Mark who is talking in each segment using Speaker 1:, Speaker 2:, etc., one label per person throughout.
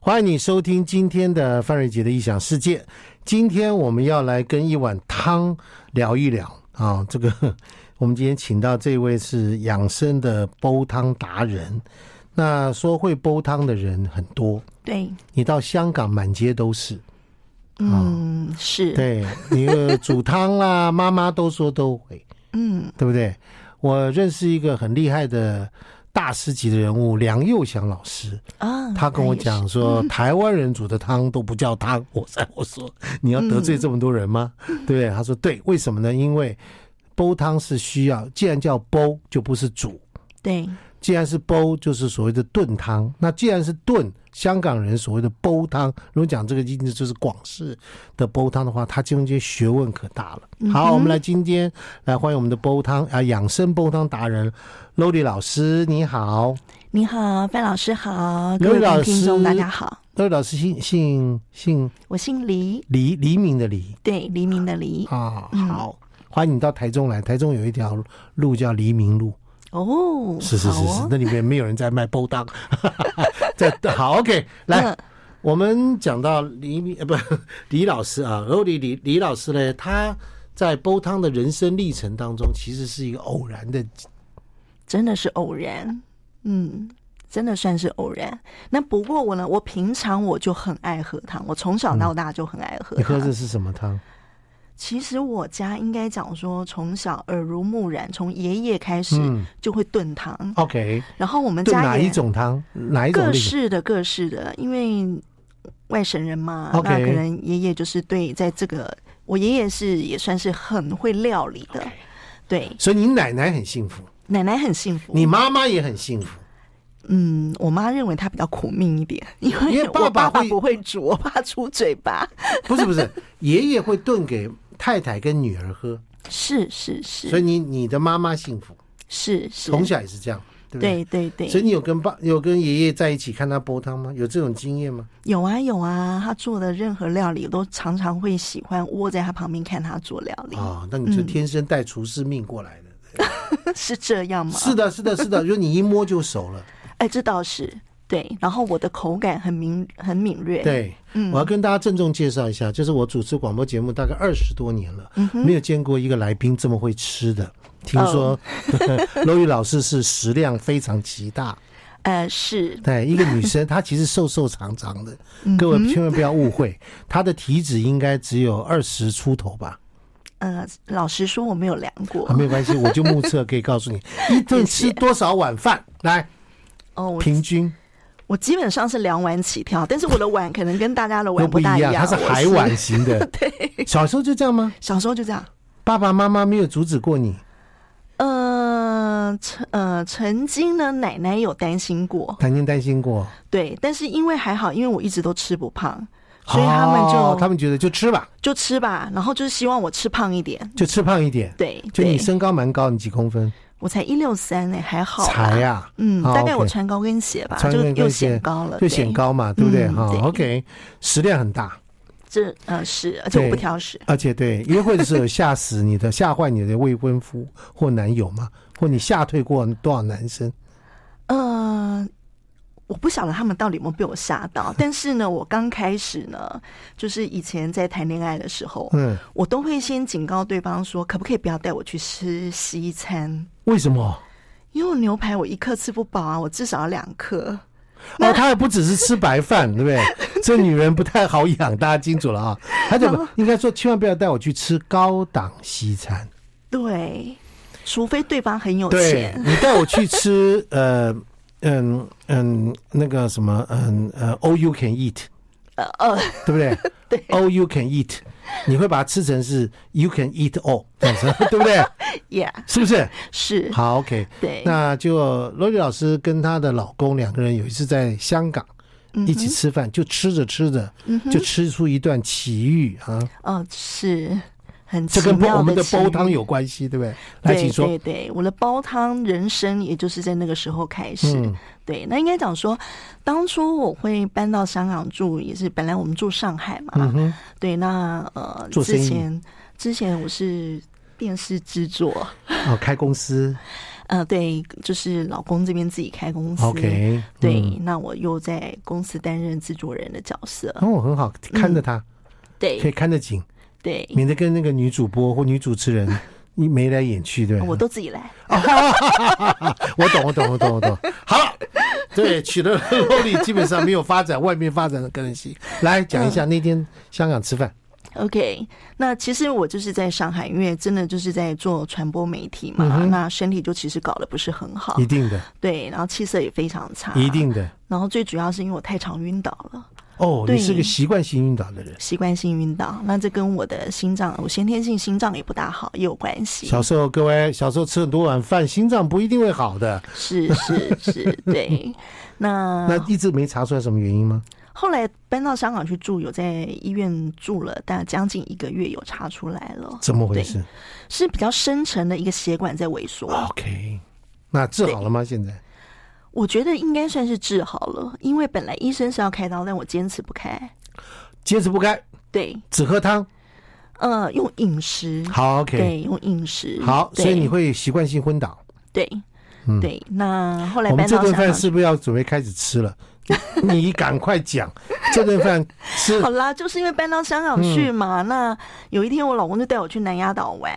Speaker 1: 欢迎你收听今天的范瑞杰的异想世界。今天我们要来跟一碗汤聊一聊啊，这个 我们今天请到这位是养生的煲汤达人。那说会煲汤的人很多，
Speaker 2: 对，
Speaker 1: 你到香港满街都是。
Speaker 2: 嗯，是，
Speaker 1: 对，你呃煮汤啦，妈妈都说都会，
Speaker 2: 嗯，
Speaker 1: 对不对？我认识一个很厉害的大师级的人物梁佑祥老师，
Speaker 2: 啊，
Speaker 1: 他跟我
Speaker 2: 也是，
Speaker 1: 讲说，台湾人煮的汤都不叫汤。我在我说，你要得罪这么多人吗？对不对？他说对，为什么呢？因为煲汤是需要，既然叫煲，就不是煮。
Speaker 2: 对，
Speaker 1: 既然是煲，就是所谓的炖汤。那既然是炖，香港人所谓的煲汤，如果讲这个意思就是广式的煲汤的话，它中间学问可大了。好，我们来今天来欢迎我们的煲汤啊，养生煲汤达人 Lody 老师，你好。
Speaker 2: 你好，范老师好，
Speaker 1: 刘
Speaker 2: 各
Speaker 1: 老
Speaker 2: 位听众
Speaker 1: 师
Speaker 2: 大家好，
Speaker 1: Lody 老师姓姓姓
Speaker 2: 我姓黎，
Speaker 1: 黎黎明的黎
Speaker 2: 对，黎明的黎，
Speaker 1: 啊，
Speaker 2: 嗯
Speaker 1: 好。欢迎你到台中来，台中有一条路叫黎明路，
Speaker 2: 哦，
Speaker 1: 是是
Speaker 2: 好
Speaker 1: 是是，
Speaker 2: 哦
Speaker 1: 那里面没有人在卖煲汤， 在好 OK，来，
Speaker 2: 嗯
Speaker 1: 我们讲到李呃不李老师啊，然后李李李老师呢，他在煲汤的人生历程当中，其实是一个偶然的，
Speaker 2: 真的是偶然，嗯。真的算是偶然。那不过我呢，我平常我就很爱喝汤，我从小到大就很爱喝
Speaker 1: 你
Speaker 2: 汤。
Speaker 1: 喝的是什么
Speaker 2: 啊
Speaker 1: 汤？
Speaker 2: 其实我家应该讲说，从小耳濡目染，从爷爷开始就会炖汤。
Speaker 1: OK，
Speaker 2: 然后我们
Speaker 1: 嗯炖
Speaker 2: 家
Speaker 1: 哪一
Speaker 2: 也
Speaker 1: 种汤？哪一种
Speaker 2: 各
Speaker 1: 类型？
Speaker 2: 式的各式的，因为外省人嘛
Speaker 1: OK
Speaker 2: 那可能爷爷就是对在这个，我爷爷是也算是很会料理的对，
Speaker 1: 所以你奶奶很幸福，
Speaker 2: 奶奶很幸福。
Speaker 1: 你妈妈也很幸福。
Speaker 2: 嗯，我妈认为她比较苦命一点，因
Speaker 1: 因
Speaker 2: 为
Speaker 1: 为爸
Speaker 2: 我
Speaker 1: 爸
Speaker 2: 爸
Speaker 1: 会
Speaker 2: 不会煮，我爸出嘴 巴。
Speaker 1: 不是不是，爷爷会炖给太太跟女儿喝，
Speaker 2: 是是
Speaker 1: 所以
Speaker 2: 是
Speaker 1: 你你的妈妈幸福，
Speaker 2: 是嗯是，
Speaker 1: 从小也是这样，对不对？
Speaker 2: 对对
Speaker 1: 所以
Speaker 2: 对，
Speaker 1: 你有跟爸有跟爷爷在一起看他煲汤吗？有这种经验吗？
Speaker 2: 有啊有啊，他做的任何料理都常常会喜欢窝在他旁边看他做料理，
Speaker 1: 啊、那
Speaker 2: 嗯
Speaker 1: 你就天生带厨师命过来的。
Speaker 2: 是这样吗？
Speaker 1: 是的，是的，是 的，就你一摸就熟了。
Speaker 2: 哎，这倒是对。然后我的口感很敏很敏锐，，
Speaker 1: 对，
Speaker 2: 嗯
Speaker 1: 我要跟大家郑重介绍一下，就是我主持广播节目大概二十多年了，
Speaker 2: 嗯
Speaker 1: 没有见过一个来宾这么会吃的。听
Speaker 2: 哦
Speaker 1: 说 罗宇老师是食量非常极大，
Speaker 2: 呃，是
Speaker 1: 对，一个女生她其实瘦瘦长长的，
Speaker 2: 嗯
Speaker 1: 各位千万不要误会，她的体脂应该只有二十出头吧。
Speaker 2: 呃，老实说我没有量过
Speaker 1: 啊，没有关 系，我就目测可以告诉你，一顿吃多少碗饭，来
Speaker 2: 哦，我
Speaker 1: 平均
Speaker 2: 我基本上是两碗起跳，但是我的碗可能跟大家的
Speaker 1: 都
Speaker 2: 碗
Speaker 1: 不一
Speaker 2: 大
Speaker 1: 样，它
Speaker 2: 我
Speaker 1: 是
Speaker 2: 是
Speaker 1: 海碗。型的。
Speaker 2: 对，
Speaker 1: 小时候就这样吗？
Speaker 2: 小时候就这样。
Speaker 1: 爸爸妈妈没有阻止过你，
Speaker 2: 呃，曾呃，曾经呢，奶奶有担心过，
Speaker 1: 担心担心过，
Speaker 2: 对，但是因为还好，因为我一直都吃不胖，所以他们就、
Speaker 1: 哦他们觉得就吃吧，
Speaker 2: 就吃吧，然后就是希望我吃胖一点，
Speaker 1: 就吃胖一点。
Speaker 2: 对，
Speaker 1: 就你
Speaker 2: 对
Speaker 1: 身高蛮高，你几公分？
Speaker 2: 我才一六三呢，还好啦
Speaker 1: 才啊，
Speaker 2: 嗯，
Speaker 1: 哦
Speaker 2: 大概我
Speaker 1: OK
Speaker 2: 穿高跟鞋吧，
Speaker 1: 穿
Speaker 2: 就
Speaker 1: 那
Speaker 2: 又
Speaker 1: 个
Speaker 2: 显高了，
Speaker 1: 就
Speaker 2: 呃对
Speaker 1: 显。高嘛，对不对？
Speaker 2: 嗯
Speaker 1: 哈
Speaker 2: 对
Speaker 1: ，OK，食量很大，
Speaker 2: 这呃是，而且我不挑食，
Speaker 1: 而且对约会的时候吓死你的，吓坏你的未婚夫或男友嘛，或你吓退过多少男生？
Speaker 2: 呃，我不晓得他们到底有没有被我吓 到，但是呢，我刚开始呢，就是以前在谈恋爱的时候，
Speaker 1: 嗯，
Speaker 2: 我都会先警告对方说，可不可以不要带我去吃西餐，
Speaker 1: 为什么？
Speaker 2: 因为我牛排我一克吃不饱啊，我至少要两克。
Speaker 1: 哦，她还不只是吃白饭，对不 对？这女人不太好养，大家清楚了啊。她怎么应该说，千万不要带我去吃高档西餐。
Speaker 2: 对，除非对方很有
Speaker 1: 对
Speaker 2: 钱，
Speaker 1: 你带我去吃，呃，嗯嗯，那个什么，嗯呃，all you can eat，
Speaker 2: 呃呃，
Speaker 1: 对不对？
Speaker 2: 对
Speaker 1: ，all you can eat，你会把它吃成是 you can eat all，这样子对不对？
Speaker 2: ，yeah，
Speaker 1: 是不是？
Speaker 2: 是，
Speaker 1: 好，OK。
Speaker 2: 对，
Speaker 1: 那就罗莉老师跟她的老公两个人有一次在香港
Speaker 2: 嗯
Speaker 1: 一起吃饭，就吃着吃着、就吃出一段奇遇啊！
Speaker 2: 哦、是。很
Speaker 1: 这
Speaker 2: 奇
Speaker 1: 跟煲
Speaker 2: 妙
Speaker 1: 我们的煲
Speaker 2: 情
Speaker 1: 汤有关系，对不对？来，
Speaker 2: 对
Speaker 1: 请说。
Speaker 2: 对对，我的煲汤人生也就是在那个时候开始。
Speaker 1: 嗯
Speaker 2: 对，那应该讲说，当初我会搬到香港住，也是本来我们住上海嘛。
Speaker 1: 嗯哼，
Speaker 2: 对，那呃，
Speaker 1: 做生意
Speaker 2: 之前之前我是电视制作，
Speaker 1: 哦，开公司
Speaker 2: 呃，对，就是老公这边自己开公司。
Speaker 1: OK，
Speaker 2: 对，
Speaker 1: 嗯
Speaker 2: 那我又在公司担任制作人的角色。
Speaker 1: 哦，很好，看着他可
Speaker 2: 对
Speaker 1: 以看得紧，
Speaker 2: 对，
Speaker 1: 免得跟那个女主播或女主持 人你眉来眼去，对吧
Speaker 2: 我都自己来。
Speaker 1: 我懂，我懂，我懂，我 懂。好了，对，取得落力基本上没有发展外面发展的可能性。来讲一下
Speaker 2: 嗯
Speaker 1: 那天香港吃饭，
Speaker 2: OK，那其实我就是在上海，因为真的就是在做传播媒体嘛，那身体就其实搞得不是很好
Speaker 1: 嗯一，定的，
Speaker 2: 对，然后气色也非常差，
Speaker 1: 一。定的。
Speaker 2: 然后最主要是因为我太常晕倒了，
Speaker 1: 哦，
Speaker 2: 对
Speaker 1: 你是个习惯性晕倒的人，
Speaker 2: 习惯性晕倒，那这跟我的心脏，我先天性心脏也不大好也有关系。
Speaker 1: 小时候各位小时候吃很多碗饭，心脏不一定会好的。
Speaker 2: 是是是， 对。
Speaker 1: 那
Speaker 2: 那
Speaker 1: 一直没查出来什么原因吗？
Speaker 2: 后来搬到香港去住，有在医院住了，但将近一个月，有查出来了，
Speaker 1: 怎么回事
Speaker 2: 是比较深层的一个血管在萎缩。
Speaker 1: 哦？OK，那治好了吗？现在
Speaker 2: 我觉得应该算是治好了，因为本来医生是要开刀，但我坚持不开。
Speaker 1: 坚持不开，
Speaker 2: 对，
Speaker 1: 只喝汤。
Speaker 2: 呃，用饮食，
Speaker 1: 好，OK，
Speaker 2: 对，用饮食，
Speaker 1: 好，
Speaker 2: 对
Speaker 1: 所以你会习惯性昏倒。
Speaker 2: 对，对。那后来
Speaker 1: 我们
Speaker 2: 搬
Speaker 1: 这
Speaker 2: 到
Speaker 1: 顿
Speaker 2: 香
Speaker 1: 饭
Speaker 2: 港，
Speaker 1: 是不是要准备开始吃了？ 你赶快讲，这顿饭吃
Speaker 2: 好啦，就是因为搬到香港去嘛。那有一天，我老公就带我去南丫岛玩。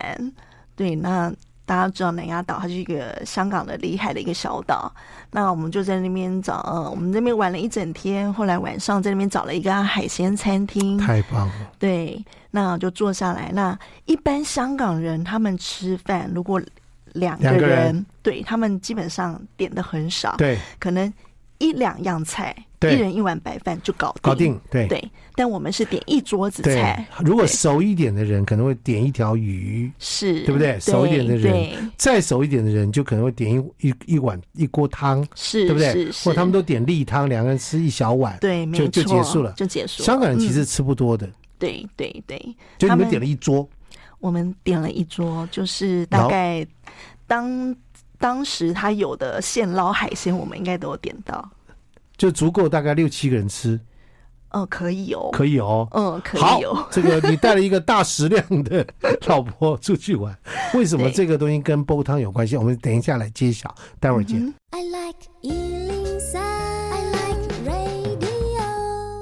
Speaker 2: 对，那大家知道南丫岛，它是一个香港的离海的一个小岛。那我们就在那边找，呃我们那边玩了一整天。后来晚上在那边找了一家海鲜餐厅，
Speaker 1: 太棒了，
Speaker 2: 对，那就坐下来。那一般香港人他们吃饭，如果两个
Speaker 1: 两
Speaker 2: 人，
Speaker 1: 个人
Speaker 2: 对他们基本上点的很少，
Speaker 1: 对，
Speaker 2: 可能一两样菜，
Speaker 1: 对
Speaker 2: 一人一碗白饭就搞定
Speaker 1: 搞定，对
Speaker 2: 对，但我们是点一桌子
Speaker 1: 对
Speaker 2: 菜，。
Speaker 1: 如果
Speaker 2: 对
Speaker 1: 熟一点的人，可能会点一条鱼；
Speaker 2: 是，
Speaker 1: 对不对熟一点的人
Speaker 2: 对，
Speaker 1: 再熟一点的人，就可能会点一一一碗一锅汤，
Speaker 2: 是，
Speaker 1: 对不对
Speaker 2: 是？是，
Speaker 1: 或他们都点例汤，两个人吃一小碗。
Speaker 2: 对，没
Speaker 1: 就
Speaker 2: 错，
Speaker 1: 就结束了
Speaker 2: 就结束了。
Speaker 1: 香港人其
Speaker 2: 嗯
Speaker 1: 实吃不多的，
Speaker 2: 对对对，
Speaker 1: 就你
Speaker 2: 他
Speaker 1: 们
Speaker 2: 们
Speaker 1: 点了一桌，
Speaker 2: 我们点了一桌，就是
Speaker 1: 然
Speaker 2: 大
Speaker 1: 后
Speaker 2: 概当当时他有的现捞海鲜，我们应该都有点到。
Speaker 1: 就足够大概六七个人吃，
Speaker 2: 哦，可以哦，
Speaker 1: 可以哦。
Speaker 2: 嗯，可
Speaker 1: 好
Speaker 2: 以哦，，
Speaker 1: 这个你带了一个大食量的老婆出去玩，为什么
Speaker 2: 对
Speaker 1: 这个东西跟煲汤有关系？我们等一下来揭晓，待会儿见。
Speaker 3: I like Ealing Sound. I like radio.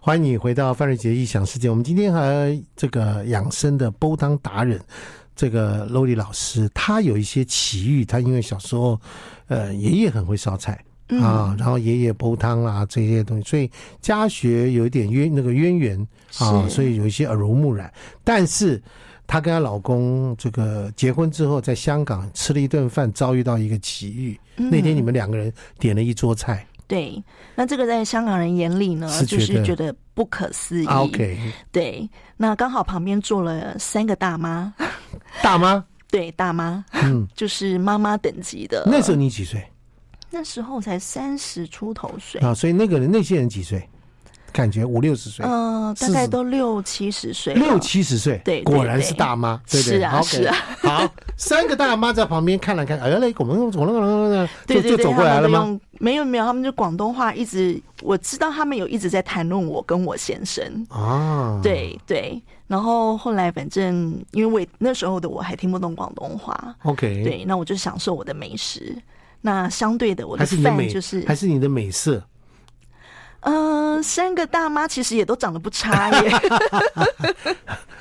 Speaker 1: 欢迎你回到范瑞杰异想世界。我们今天和这个养生的煲汤达人，这个 l o l i 老师，他有一些奇遇。他因为小时候，呃，爷爷很会烧菜啊，然后爷爷煲汤啦、这些东西，所以家学有一点渊那个渊源啊，
Speaker 2: 是
Speaker 1: 所以有一些耳濡目染。但是她跟她老公这个结婚之后，在香港吃了一顿饭，遭遇到一个奇遇。那天你们两个人点了一桌菜、
Speaker 2: 对。那这个在香港人眼里呢，
Speaker 1: 是
Speaker 2: 就
Speaker 1: 觉得
Speaker 2: 是觉得不可思议。
Speaker 1: 啊 o k
Speaker 2: 对，那刚好旁边坐了三个大妈，
Speaker 1: 大妈，
Speaker 2: 对，大妈，
Speaker 1: 嗯，
Speaker 2: 就是妈妈等级的。
Speaker 1: 那时候你几岁？
Speaker 2: 那时候才三十出头岁，
Speaker 1: 啊，所以那个人那些人几岁？感觉五六十岁，
Speaker 2: 嗯、大
Speaker 1: 四
Speaker 2: 概
Speaker 1: 十
Speaker 2: 都六七十岁了，
Speaker 1: 六七十岁，
Speaker 2: 对对
Speaker 1: 果然是大妈，对
Speaker 2: 对
Speaker 1: 不对？
Speaker 2: 是啊
Speaker 1: 好
Speaker 2: 是啊
Speaker 1: 好，三个大妈在旁边看了看，哎呀，来，我们我们
Speaker 2: 对
Speaker 1: 就
Speaker 2: 对
Speaker 1: 就
Speaker 2: 对，
Speaker 1: 走
Speaker 2: 他
Speaker 1: 过来
Speaker 2: 们
Speaker 1: 了
Speaker 2: 都
Speaker 1: 吗？
Speaker 2: 用没有没有，他们就广东话一直，我知道他们有一直在谈论我跟我先生，
Speaker 1: 啊，，
Speaker 2: 对对。然后后来反正因为我那时候的我还听不懂广东话，
Speaker 1: ，OK，，
Speaker 2: 对，那我就享受我的美食。那相对的，我
Speaker 1: 还
Speaker 2: 的
Speaker 1: 是你的
Speaker 2: 饭
Speaker 1: 美，
Speaker 2: 就是，
Speaker 1: 还是你的美色，
Speaker 2: 嗯、三个大妈其实也都长得不差耶，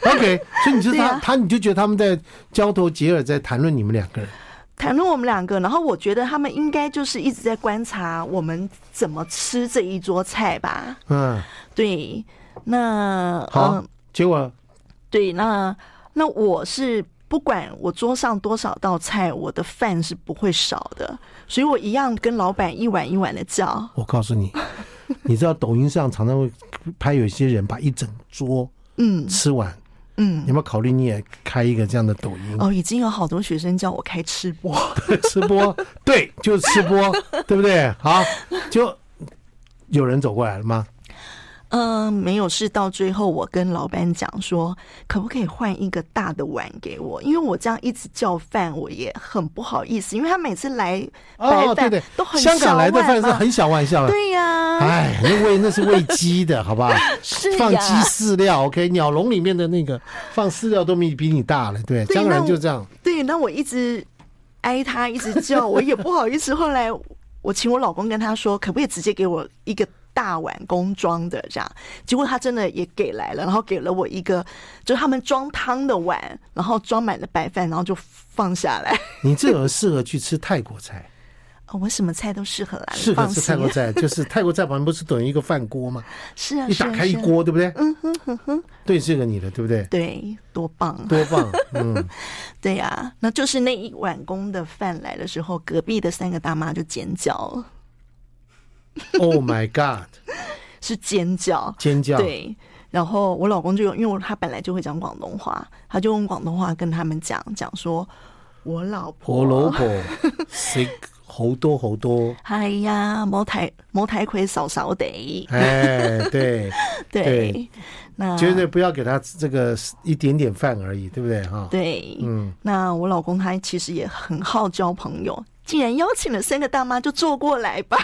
Speaker 1: OK，所以你就
Speaker 2: 对
Speaker 1: 他
Speaker 2: 啊
Speaker 1: 他，你就觉得他们在交头接耳，在谈论你们两个人。
Speaker 2: 谈论我们两个，然后我觉得他们应该就是一直在观察我们怎么吃这一桌菜吧。
Speaker 1: 嗯，
Speaker 2: 对，那
Speaker 1: 好，
Speaker 2: 嗯
Speaker 1: 结果
Speaker 2: 对，那那我是不管我桌上多少道菜，我的饭是不会少的，所以我一样跟老板一碗一碗的叫。
Speaker 1: 我告诉你， 你知道抖音上常常会拍有些人把一整桌
Speaker 2: 嗯
Speaker 1: 吃完，
Speaker 2: 嗯
Speaker 1: 你，有没有考虑你也开一个这样的抖音？
Speaker 2: 哦，已经有好多学生叫我开吃播，
Speaker 1: 吃 播，对，就是吃播，对不对？好，就有人走过来了吗？
Speaker 2: 嗯、没有，是到最后我跟老板讲说，可不可以换一个大的碗给我？因为我这样一直叫饭，我也很不好意思，因为他每次来
Speaker 1: 哦，
Speaker 2: 白
Speaker 1: 对
Speaker 2: 饭
Speaker 1: 对，
Speaker 2: 都很
Speaker 1: 香港来的饭是
Speaker 2: 小碗嘛
Speaker 1: 很小碗小碗，
Speaker 2: 对啊呀、
Speaker 1: 哎，那喂那是喂鸡的，好不好？
Speaker 2: 是呀
Speaker 1: 放鸡饲料，OK，鸟笼里面的那个放饲料都比比你大了，对，
Speaker 2: 对
Speaker 1: 香港人
Speaker 2: 那
Speaker 1: 就这样，
Speaker 2: 对，那我一直哀他，一直叫，我也不好意思。后 来我请我老公跟他说，可不可以直接给我一个大碗公装的这样？结果他真的也给来了，然后给了我一个，就是他们装汤的碗，然后装满了白饭，然后就放下来。
Speaker 1: 你这个适合去吃泰国菜，
Speaker 2: 哦我什么菜都适合啦，
Speaker 1: 适
Speaker 2: 你
Speaker 1: 合
Speaker 2: 放
Speaker 1: 吃泰
Speaker 2: 心。
Speaker 1: 国菜，就是泰国菜旁边不是等于一个饭锅 吗？
Speaker 2: 是啊，
Speaker 1: 一
Speaker 2: 是
Speaker 1: 打
Speaker 2: 啊
Speaker 1: 开一，
Speaker 2: 是啊
Speaker 1: 锅，对不对？嗯哼哼哼，对，这个你的，对不 对？
Speaker 2: 对，多棒啊！
Speaker 1: 多棒！嗯，
Speaker 2: 对呀、那就是那一碗公的饭来的时候，隔壁的三个大妈就尖叫了，
Speaker 1: Oh my God！
Speaker 2: 是尖叫，
Speaker 1: 尖叫！
Speaker 2: 对。然后我老公就用，因为他本来就会讲广东话，他就用广东话跟他们讲讲说，我老
Speaker 1: 胡
Speaker 2: 婆，
Speaker 1: 萝卜食好多好 多，
Speaker 2: 哎呀，冇睇冇睇佢嫂嫂地，
Speaker 1: 哎，对，
Speaker 2: 对，
Speaker 1: 对
Speaker 2: 那
Speaker 1: 绝对不要给他这个一点点饭而已，对不对哈？
Speaker 2: 对，
Speaker 1: 嗯，
Speaker 2: 那我老公他其实也很好交朋友，既然邀请了三个大妈，就坐过来吧。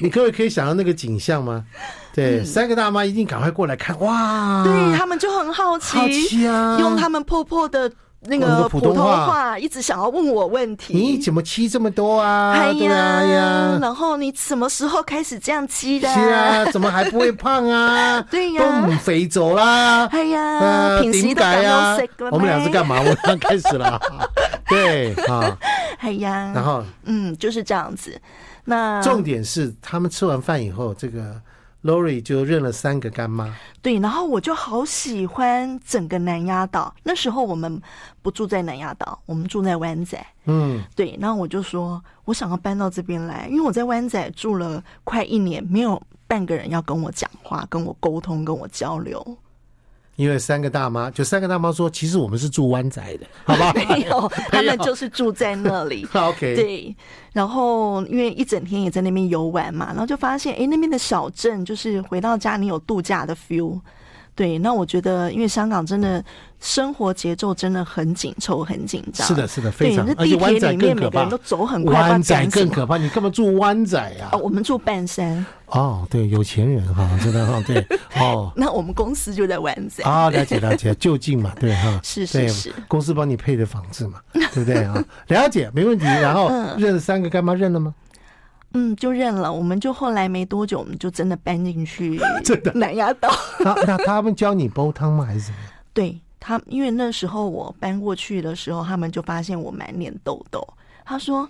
Speaker 1: 你各位可以想到那个景象吗？对，三个大妈一定赶快过来看，哇，
Speaker 2: 嗯对他们就很好奇，
Speaker 1: 啊好奇啊
Speaker 2: 用他们破破的那
Speaker 1: 我们
Speaker 2: 个
Speaker 1: 的普
Speaker 2: 普
Speaker 1: 通
Speaker 2: 通
Speaker 1: 话
Speaker 2: 话，一直想要问我问题。
Speaker 1: 你怎么吃这么多啊？
Speaker 2: 哎
Speaker 1: 对
Speaker 2: 呀，
Speaker 1: 啊，哎呀，
Speaker 2: 然后你什么时候开始这样吃的？
Speaker 1: 是啊，怎么还不会胖啊？
Speaker 2: 对呀
Speaker 1: 都唔肥走啦。
Speaker 2: 哎呀，
Speaker 1: 呃，
Speaker 2: 平时
Speaker 1: 点
Speaker 2: 都
Speaker 1: 解啊
Speaker 2: 咁都食嘅？
Speaker 1: 我们俩是干
Speaker 2: 嘛？
Speaker 1: 嘛？我们俩开始 了，对啊，
Speaker 2: 哎呀，
Speaker 1: 然后
Speaker 2: 嗯，就是这样子。那
Speaker 1: 重点是他们吃完饭以后，这个 Lori 就认了三个干妈，
Speaker 2: 对，然后我就好喜欢整个南丫岛。那时候我们不住在南丫岛，我们住在湾仔。
Speaker 1: 嗯，
Speaker 2: 对，然后我就说，我想要搬到这边来，因为我在湾仔住了快一年，没有半个人要跟我讲话、跟我沟通、跟我交 流。
Speaker 1: 因为三个大妈，就三个大妈说，其实我们是住湾仔的，好 吧
Speaker 2: 没有，他们就是住在那 里。
Speaker 1: ？OK，，
Speaker 2: 对，然后因为一整天也在那边游玩嘛，然后就发现，哎，那边的小镇就是回到家你有度假的 feel。对，那我觉得，因为香港真的生活节奏真的很紧凑、很紧张。
Speaker 1: 是的，，是的，非
Speaker 2: 对，
Speaker 1: 常
Speaker 2: 那，
Speaker 1: 而
Speaker 2: 地
Speaker 1: 且
Speaker 2: 铁
Speaker 1: 湾仔
Speaker 2: 里
Speaker 1: 更
Speaker 2: 面
Speaker 1: 可
Speaker 2: 每个
Speaker 1: 怕
Speaker 2: 人都，走很快，
Speaker 1: 湾
Speaker 2: 不知道
Speaker 1: 仔
Speaker 2: 赶什
Speaker 1: 更
Speaker 2: 么
Speaker 1: 可怕，你干嘛住湾仔呀
Speaker 2: 哦，？我们住半山，
Speaker 1: 哦，对，有钱人哈，真的哈，对，哦。
Speaker 2: 那我们公司就在湾仔。
Speaker 1: 啊，了解了 解，就近嘛，对哈，
Speaker 2: 是是
Speaker 1: 对
Speaker 2: 是
Speaker 1: 公司帮你配的房子嘛， 对不对啊？了解，没问题。然后认了三个干妈认了 吗？
Speaker 2: 嗯，就认了。我们就后来没多久，我们就真的搬 进去南丫岛。
Speaker 1: 那那他们教你煲汤吗？还是怎么样？
Speaker 2: 对他，因为那时候我搬过去的时候，他们就发现我满脸痘痘。他说：“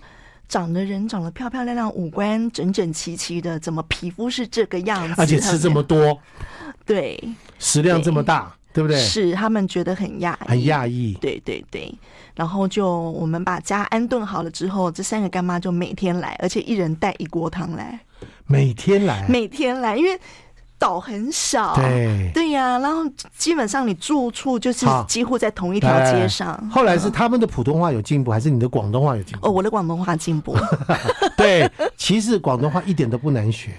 Speaker 2: 长得人长得漂漂亮亮，五官整整齐齐的，怎么皮肤是这个样子？
Speaker 1: 而且吃这么多，
Speaker 2: 对，
Speaker 1: 食量这么大，对不对？
Speaker 2: 是他们觉得很讶异，
Speaker 1: 很讶异。
Speaker 2: 对对对，然后就我们把家安顿好了之后，这三个干妈就每天来，而且一人带一锅汤来，
Speaker 1: 每天来，啊
Speaker 2: 每天来，因为岛很小，
Speaker 1: 对
Speaker 2: 呀、然后基本上你住处就是
Speaker 1: 好
Speaker 2: 几乎在同一
Speaker 1: 一
Speaker 2: 条街上。
Speaker 1: 后来是他们的普通话有进步，还是你的广东话有进
Speaker 2: 哦，
Speaker 1: 步？
Speaker 2: 我的广东话 进步
Speaker 1: 对，其实广东话一点都不难学，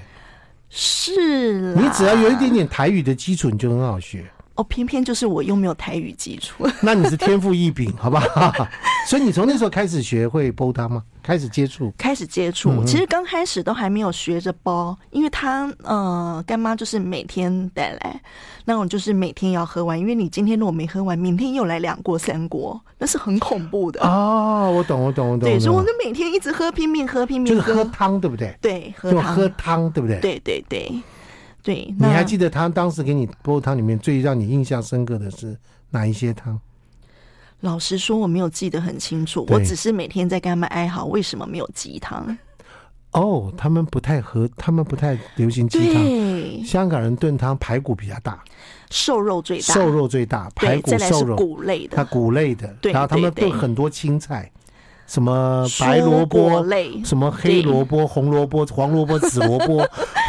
Speaker 2: 是啦，
Speaker 1: 你只要有一点点台语的基础，你就很好学。
Speaker 2: 哦，偏偏就是我又没有台语基础，
Speaker 1: 那你是天赋异禀，好不好？ 所以你从那时候开始学会煲汤吗？开始接触？
Speaker 2: 开始接
Speaker 1: 嗯
Speaker 2: 触，其实刚开始都还没有学着包，因为他呃干妈就是每天带来，那种就是每天要喝完，因为你今天如果没喝完，明天又来两锅三锅，那是很恐怖的。
Speaker 1: 哦，我懂，我懂，我懂。
Speaker 2: 对，所以我
Speaker 1: 懂
Speaker 2: 就每天一直喝，拼命喝，拼
Speaker 1: 就
Speaker 2: 命
Speaker 1: 是
Speaker 2: 喝，
Speaker 1: 喝汤，对不对？
Speaker 2: 对，喝
Speaker 1: 就
Speaker 2: 汤，
Speaker 1: 喝汤，对不对？。
Speaker 2: 对对对对。
Speaker 1: 你
Speaker 2: 那
Speaker 1: 还记得他当时给你煲汤里面最让你印象深刻的是哪一些汤？
Speaker 2: 老实说，我没有记得很清楚，
Speaker 1: 对
Speaker 2: 我只是每天在跟他们哀嚎为什么没有鸡汤。
Speaker 1: 哦，他们不太喝，他们不太流行鸡汤。
Speaker 2: 对，
Speaker 1: 香港人炖汤排骨比较大，
Speaker 2: 瘦肉最大，
Speaker 1: 瘦肉最大，排
Speaker 2: 对，
Speaker 1: 骨
Speaker 2: 再来
Speaker 1: 瘦
Speaker 2: 是
Speaker 1: 肉，
Speaker 2: 谷类的
Speaker 1: 它，骨类的，
Speaker 2: 对
Speaker 1: 然后他们
Speaker 2: 对
Speaker 1: 炖
Speaker 2: 对
Speaker 1: 很多青菜，什么呃白萝
Speaker 2: 蔬果
Speaker 1: 卜。
Speaker 2: 类，
Speaker 1: 什么黑
Speaker 2: 对
Speaker 1: 萝卜、红萝卜、黄萝卜、紫萝卜、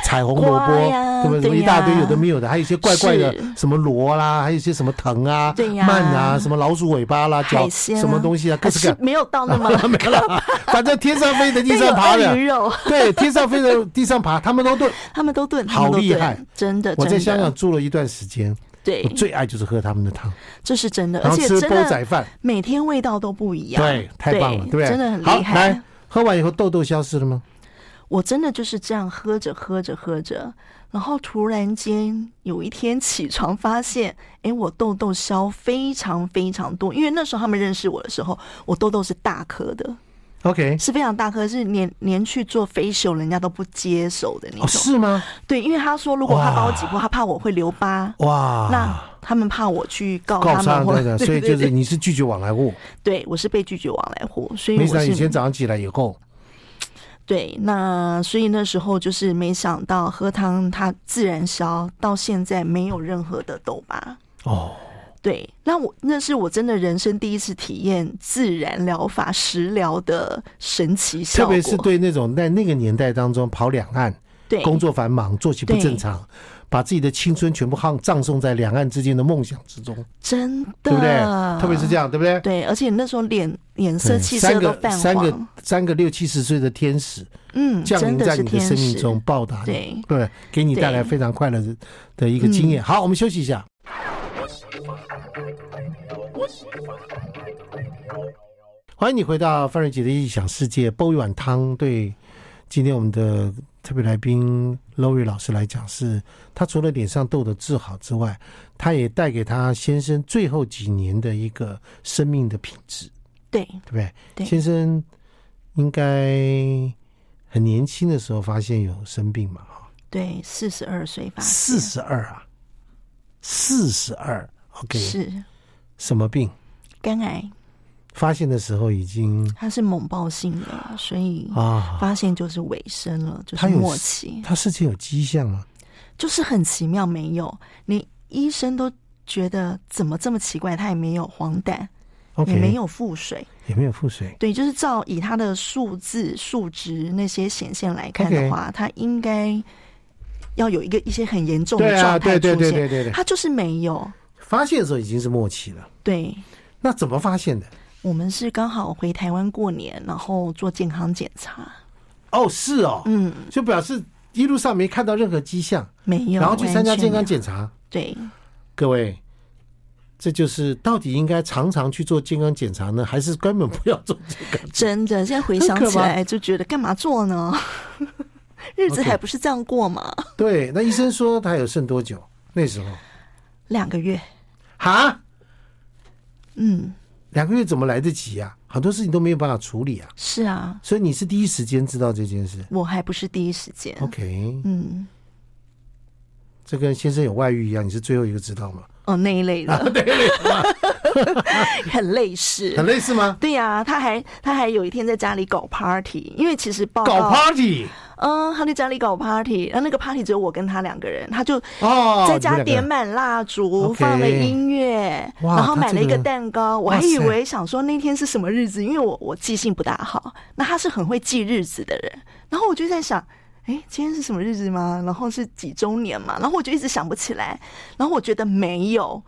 Speaker 1: 彩虹萝
Speaker 2: 瓜
Speaker 1: 卜，
Speaker 2: 呀
Speaker 1: 对不对？什么
Speaker 2: 对
Speaker 1: 一大堆
Speaker 2: 呀
Speaker 1: 有的没有的，还有一些怪怪的
Speaker 2: 是，
Speaker 1: 什么螺啦，还有一些什么藤啊、
Speaker 2: 对呀
Speaker 1: 鳗啊，什么老鼠尾巴啦、脚
Speaker 2: 海鲜啊
Speaker 1: 什么东 西啊，各
Speaker 2: 可
Speaker 1: 式各
Speaker 2: 是
Speaker 1: 样。
Speaker 2: 没有到那么
Speaker 1: 没了，反正天上飞的，地
Speaker 2: 但有
Speaker 1: 上爬
Speaker 2: 鳄
Speaker 1: 的，
Speaker 2: 鱼肉，
Speaker 1: 对，天上飞的，地上爬，他们都炖。
Speaker 2: 他们都炖，他
Speaker 1: 好
Speaker 2: 们都
Speaker 1: 厉害
Speaker 2: 炖，真的，
Speaker 1: 我在
Speaker 2: 真的
Speaker 1: 香港，住了一段时间，
Speaker 2: 对
Speaker 1: 我，最爱就是喝他们的汤，
Speaker 2: 这是真的，
Speaker 1: 然
Speaker 2: 而
Speaker 1: 后
Speaker 2: 且
Speaker 1: 吃
Speaker 2: 真
Speaker 1: 煲仔
Speaker 2: 的
Speaker 1: 饭，
Speaker 2: 每天味道都不一样，
Speaker 1: 对，太棒了，对不对？
Speaker 2: 真的很
Speaker 1: 好
Speaker 2: 厉，害
Speaker 1: 来。喝完以后，痘痘消失了吗？
Speaker 2: 我真的就是这样喝着喝着喝着，然后突然间有一天起床发现，诶，我痘痘消非常非常多，因为那时候他们认识我的时候，我痘痘是大颗的，
Speaker 1: OK，
Speaker 2: 是非常大颗，是连连去做 facial 人家都不接手的那
Speaker 1: 哦，
Speaker 2: 种。
Speaker 1: 是吗？
Speaker 2: 对，因为他说如果他
Speaker 1: 哇
Speaker 2: 把我挤破，他怕我会留疤。
Speaker 1: 哇，
Speaker 2: 那他们怕我去告
Speaker 1: 告
Speaker 2: 哦他
Speaker 1: 上
Speaker 2: 们，或
Speaker 1: 对 的，所以
Speaker 2: 对
Speaker 1: 就是
Speaker 2: 对
Speaker 1: 你是拒绝往来户，
Speaker 2: 对我是被拒绝往来户，所以
Speaker 1: 没啊
Speaker 2: 我
Speaker 1: 想到
Speaker 2: 是
Speaker 1: 以前早上起来以后，
Speaker 2: 对，那所以那时候就是没想到喝汤它自然消，到现在没有任何的痘疤。
Speaker 1: 哦，
Speaker 2: 对，那我那是我真的人生第一次体验自然疗法食疗的神奇效
Speaker 1: 特
Speaker 2: 果，
Speaker 1: 别是对那种在那个年代当中跑两岸，
Speaker 2: 对
Speaker 1: 工作繁忙，作息不正常，把自己的青春全部葬葬送在两岸之间的梦想之中，
Speaker 2: 真的，
Speaker 1: 对不对？特别是这样，对不对？
Speaker 2: 对，而且那时候脸脸色
Speaker 1: 嗯
Speaker 2: 气
Speaker 1: 三
Speaker 2: 色都
Speaker 1: 个
Speaker 2: 泛
Speaker 1: 三个
Speaker 2: 黄，
Speaker 1: 三个六七十岁的天使
Speaker 2: 嗯，
Speaker 1: 降
Speaker 2: 真
Speaker 1: 临
Speaker 2: 的
Speaker 1: 在
Speaker 2: 是
Speaker 1: 你的
Speaker 2: 天
Speaker 1: 生命
Speaker 2: 使
Speaker 1: 中，报答你，
Speaker 2: 对。
Speaker 1: 对，给你带来
Speaker 2: 对嗯
Speaker 1: 非常快乐的的一个经验。好，我们休息一下。欢迎你回到范瑞杰的异想世界，煲一碗汤。对，今天我们的特别来宾 Lori 老师来讲是，他除了脸上痘的治好之外，他也带给他先生最后几年的一个生命的品质，
Speaker 2: 对，
Speaker 1: 对不对？
Speaker 2: 对
Speaker 1: 先生应该很年轻的时候发现有生病嘛，哈，
Speaker 2: 对，四十二岁发
Speaker 1: 四十二啊，四十二，OK，
Speaker 2: 是
Speaker 1: 什么病？
Speaker 2: 肝癌，
Speaker 1: 发现的时候已经
Speaker 2: 它是猛暴性的，所以
Speaker 1: 啊，
Speaker 2: 发现就是尾声了，就
Speaker 1: 它
Speaker 2: 是
Speaker 1: 有
Speaker 2: 末期，
Speaker 1: 他事情有迹象啊吗？
Speaker 2: 就是很奇妙，没有，连医生都觉得怎么这么奇怪，他也没有黄疸，
Speaker 1: OK，
Speaker 2: 也没有腹水，
Speaker 1: 也没有腹水。
Speaker 2: 对，就是照以他的数字、数值那些显现来看的
Speaker 1: OK
Speaker 2: 话，他应该要有一个一些很严重
Speaker 1: 对
Speaker 2: 的
Speaker 1: 啊，
Speaker 2: 状
Speaker 1: 对
Speaker 2: 态出
Speaker 1: 对
Speaker 2: 现，
Speaker 1: 对对对对，
Speaker 2: 他就是没有，
Speaker 1: 发现的时候已经是末期了。
Speaker 2: 对。
Speaker 1: 那怎么发现的？
Speaker 2: 我们是刚好回台湾过年，然后做健康检查。
Speaker 1: 哦，是哦，
Speaker 2: 嗯，
Speaker 1: 就表示一路上没看到任何迹象，
Speaker 2: 没有，
Speaker 1: 然后去参加
Speaker 2: 完全
Speaker 1: 健康
Speaker 2: 没有
Speaker 1: 检查。
Speaker 2: 对，
Speaker 1: 各位，这就是到底应该常常去做健康检查呢，还是根本不要做健 康？
Speaker 2: 真的，现在回想
Speaker 1: 很可
Speaker 2: 起
Speaker 1: 怕
Speaker 2: 来就觉得干嘛做呢？ 日子还不是这样过嘛？
Speaker 1: 对，那医生说他有剩多久？那时候
Speaker 2: 两个月，
Speaker 1: 哈，
Speaker 2: 嗯，
Speaker 1: 两个月怎么来得及啊？很多事情都没有办法处理啊。
Speaker 2: 是啊，
Speaker 1: 所以你是第一时间知道这件事。
Speaker 2: 我还不是第一时间，
Speaker 1: 哦 OK，
Speaker 2: 嗯，
Speaker 1: 这跟先生有外遇一样，你是最后一个知道吗？
Speaker 2: 哦那一类的， 很类似
Speaker 1: 很。类似吗？
Speaker 2: 对呀、他还他还有一天在家里搞 party，因为其实报
Speaker 1: 搞
Speaker 2: 告，
Speaker 1: party
Speaker 2: 嗯，他在家里搞 party，然后那个 party 只有我跟他两个人，他就
Speaker 1: 哦，
Speaker 2: 在家
Speaker 1: 你们两
Speaker 2: 点
Speaker 1: 个
Speaker 2: 满蜡烛，
Speaker 1: OK
Speaker 2: 放了音乐，
Speaker 1: 哇
Speaker 2: 然后
Speaker 1: 他
Speaker 2: 买了一
Speaker 1: 这
Speaker 2: 个
Speaker 1: 个
Speaker 2: 蛋糕。我
Speaker 1: 哇
Speaker 2: 还以
Speaker 1: 塞
Speaker 2: 为想说那天是什么日子，因为我我记性不大好。那他是很会记日子的人，然后我就在想，哎，今天是什么日子吗？然后是几周年嘛？然后我就一直想不起来。然后我觉得没有。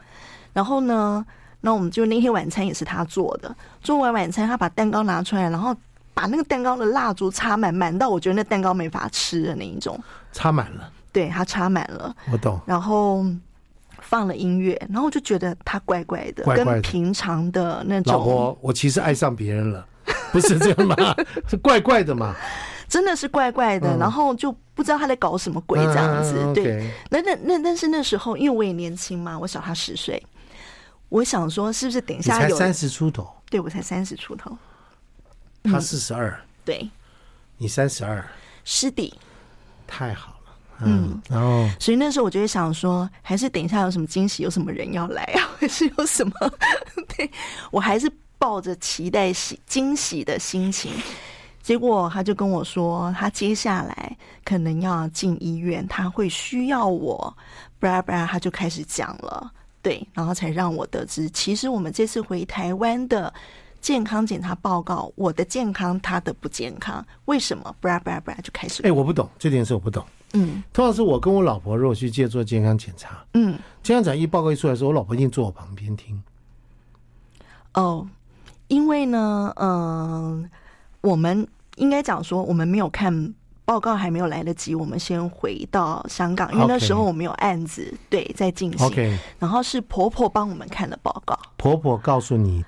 Speaker 2: 然后呢，那我们就那天晚餐也是他做的，做完晚餐他把蛋糕拿出来，然后。把那个蛋糕的蜡烛插满，满到我觉得那蛋糕没法吃的那一种。
Speaker 1: 插满了，
Speaker 2: 对，他插满了，
Speaker 1: 我懂。
Speaker 2: 然后放了音乐，然后我就觉得他怪怪的，
Speaker 1: 怪怪的
Speaker 2: 跟平常的那
Speaker 1: 老
Speaker 2: 种
Speaker 1: 婆，我其实爱上别人了，不是这样吗？ 是怪怪的嘛，
Speaker 2: 真的是怪怪的，
Speaker 1: 嗯
Speaker 2: 然后就不知道他在搞什么鬼这样子。
Speaker 1: 嗯
Speaker 2: 对，
Speaker 1: ，OK
Speaker 2: 那那那但是那时候因为我也年轻嘛，我小他十岁，我想说是不是等一
Speaker 1: 你
Speaker 2: 下
Speaker 1: 才
Speaker 2: 有
Speaker 1: 三十出头，
Speaker 2: 对我才三十出头，
Speaker 1: 他四十二，
Speaker 2: 对
Speaker 1: 你三十二，
Speaker 2: 师弟。
Speaker 1: 太好了。嗯，然后
Speaker 2: 所以那时候我就会想说，还是等一下有什么惊喜，有什么人要来啊， 还是有什么？对我还是抱着期待喜惊喜的心情。结果他就跟我说，他接下来可能要进医院，他会需要我，布拉布拉，他就开始讲了，对，然后才让我得知，其实我们这次回台湾的健康检查报告，我的健康，他的不健康，为什么？布拉布拉布拉就开始，
Speaker 1: 哎，我不懂这点事，我不懂。
Speaker 2: 嗯
Speaker 1: 通常是我跟我老婆如果去借做健康检查，
Speaker 2: 嗯。
Speaker 1: 健康检查一报告一出来的时候，我老婆一定坐我旁边听。
Speaker 2: 哦，因为呢，嗯、我们应该讲说，我们没有看报告，还没有来得及，我们先回到香港，因为那
Speaker 1: OK
Speaker 2: 时候我们有案子对在进行
Speaker 1: OK，
Speaker 2: 然后是婆婆帮我们看的报告，
Speaker 1: 婆婆告诉你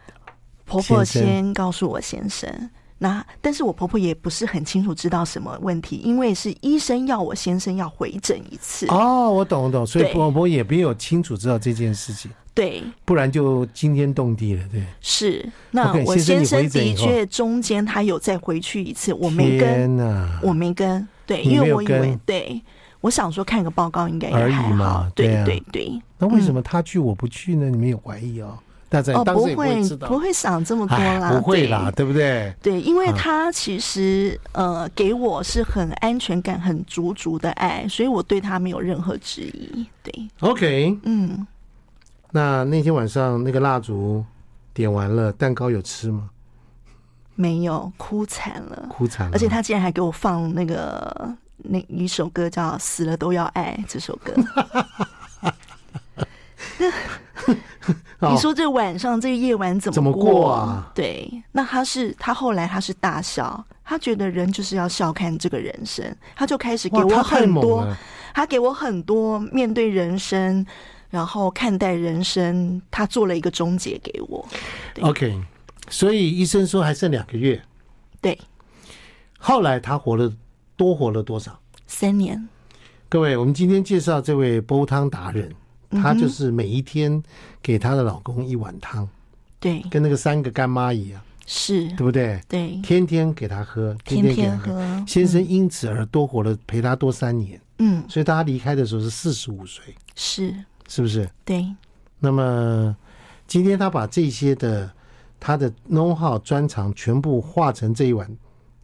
Speaker 2: 婆婆
Speaker 1: 先生
Speaker 2: 先告诉我先生，那但是我婆婆也不是很清楚知道什么问题，因为是医生要我先生要回诊一次。
Speaker 1: 哦，我懂我懂，所以
Speaker 2: 对
Speaker 1: 婆婆也没有清楚知道这件事情，
Speaker 2: 对，
Speaker 1: 不然就惊天动地了，对。
Speaker 2: 是。那
Speaker 1: OK，
Speaker 2: 我
Speaker 1: 先
Speaker 2: 先
Speaker 1: 生你回
Speaker 2: 生
Speaker 1: 诊以
Speaker 2: 的
Speaker 1: 后
Speaker 2: 确中间他有再回去一次，我没跟，
Speaker 1: 天哪，
Speaker 2: 我没跟，对，
Speaker 1: 你
Speaker 2: 因
Speaker 1: 没
Speaker 2: 为
Speaker 1: 有
Speaker 2: 我以
Speaker 1: 跟
Speaker 2: 为对。我想说看个报告应该也
Speaker 1: 而已
Speaker 2: 还
Speaker 1: 嘛
Speaker 2: 好，对
Speaker 1: 对啊
Speaker 2: 对对，
Speaker 1: 那为什么他去我不去呢？你们有怀疑哦？大家
Speaker 2: 哦，
Speaker 1: 当
Speaker 2: 不
Speaker 1: 时也
Speaker 2: 会
Speaker 1: 知道，
Speaker 2: 不会想这么多
Speaker 1: 哎
Speaker 2: 啦，
Speaker 1: 不会
Speaker 2: 对
Speaker 1: 啦，对不对？
Speaker 2: 对，因为
Speaker 1: 啊
Speaker 2: 他其实、呃给我是很安全感很足足的爱，所以我对他没有任何质疑。对，
Speaker 1: OK，
Speaker 2: 嗯，
Speaker 1: 那那天晚上那个蜡烛点完了，蛋糕有吃吗？
Speaker 2: 没有哭惨了，
Speaker 1: 哭惨了。
Speaker 2: 而且他竟然还给我放那个那一首歌叫《死了都要爱》这首歌。
Speaker 1: 哦
Speaker 2: 你说这晚上这个夜晚怎
Speaker 1: 怎么
Speaker 2: 么
Speaker 1: 过啊
Speaker 2: 对，那他是他后来他是大笑，他觉得人就是要笑看这个人生，他就开始给
Speaker 1: 哇，
Speaker 2: 我
Speaker 1: 他太
Speaker 2: 很
Speaker 1: 猛
Speaker 2: 多
Speaker 1: 了，
Speaker 2: 他给我很多面对人生，然后看待人生，他做了一个终结给我。对
Speaker 1: OK，所以医生说还剩两个月。
Speaker 2: 对，
Speaker 1: 后来他活了多活了多少？
Speaker 2: 三年，
Speaker 1: 各位，我们今天介绍这位煲汤达人，
Speaker 2: 嗯
Speaker 1: 他就是每一天给她的老公一碗汤，
Speaker 2: 对，
Speaker 1: 跟那个三个干妈一样，
Speaker 2: 是，
Speaker 1: 对不对？
Speaker 2: 对，
Speaker 1: 天天给他喝，
Speaker 2: 天
Speaker 1: 给
Speaker 2: 天
Speaker 1: 他
Speaker 2: 喝，
Speaker 1: 先生因此而多活了，陪他多三年，
Speaker 2: 嗯，
Speaker 1: 所以他离开的时候是四十五岁，
Speaker 2: 是
Speaker 1: 是不是？
Speaker 2: 对，
Speaker 1: 那么今天他把这些的他的 know how 专长全部化成这一碗，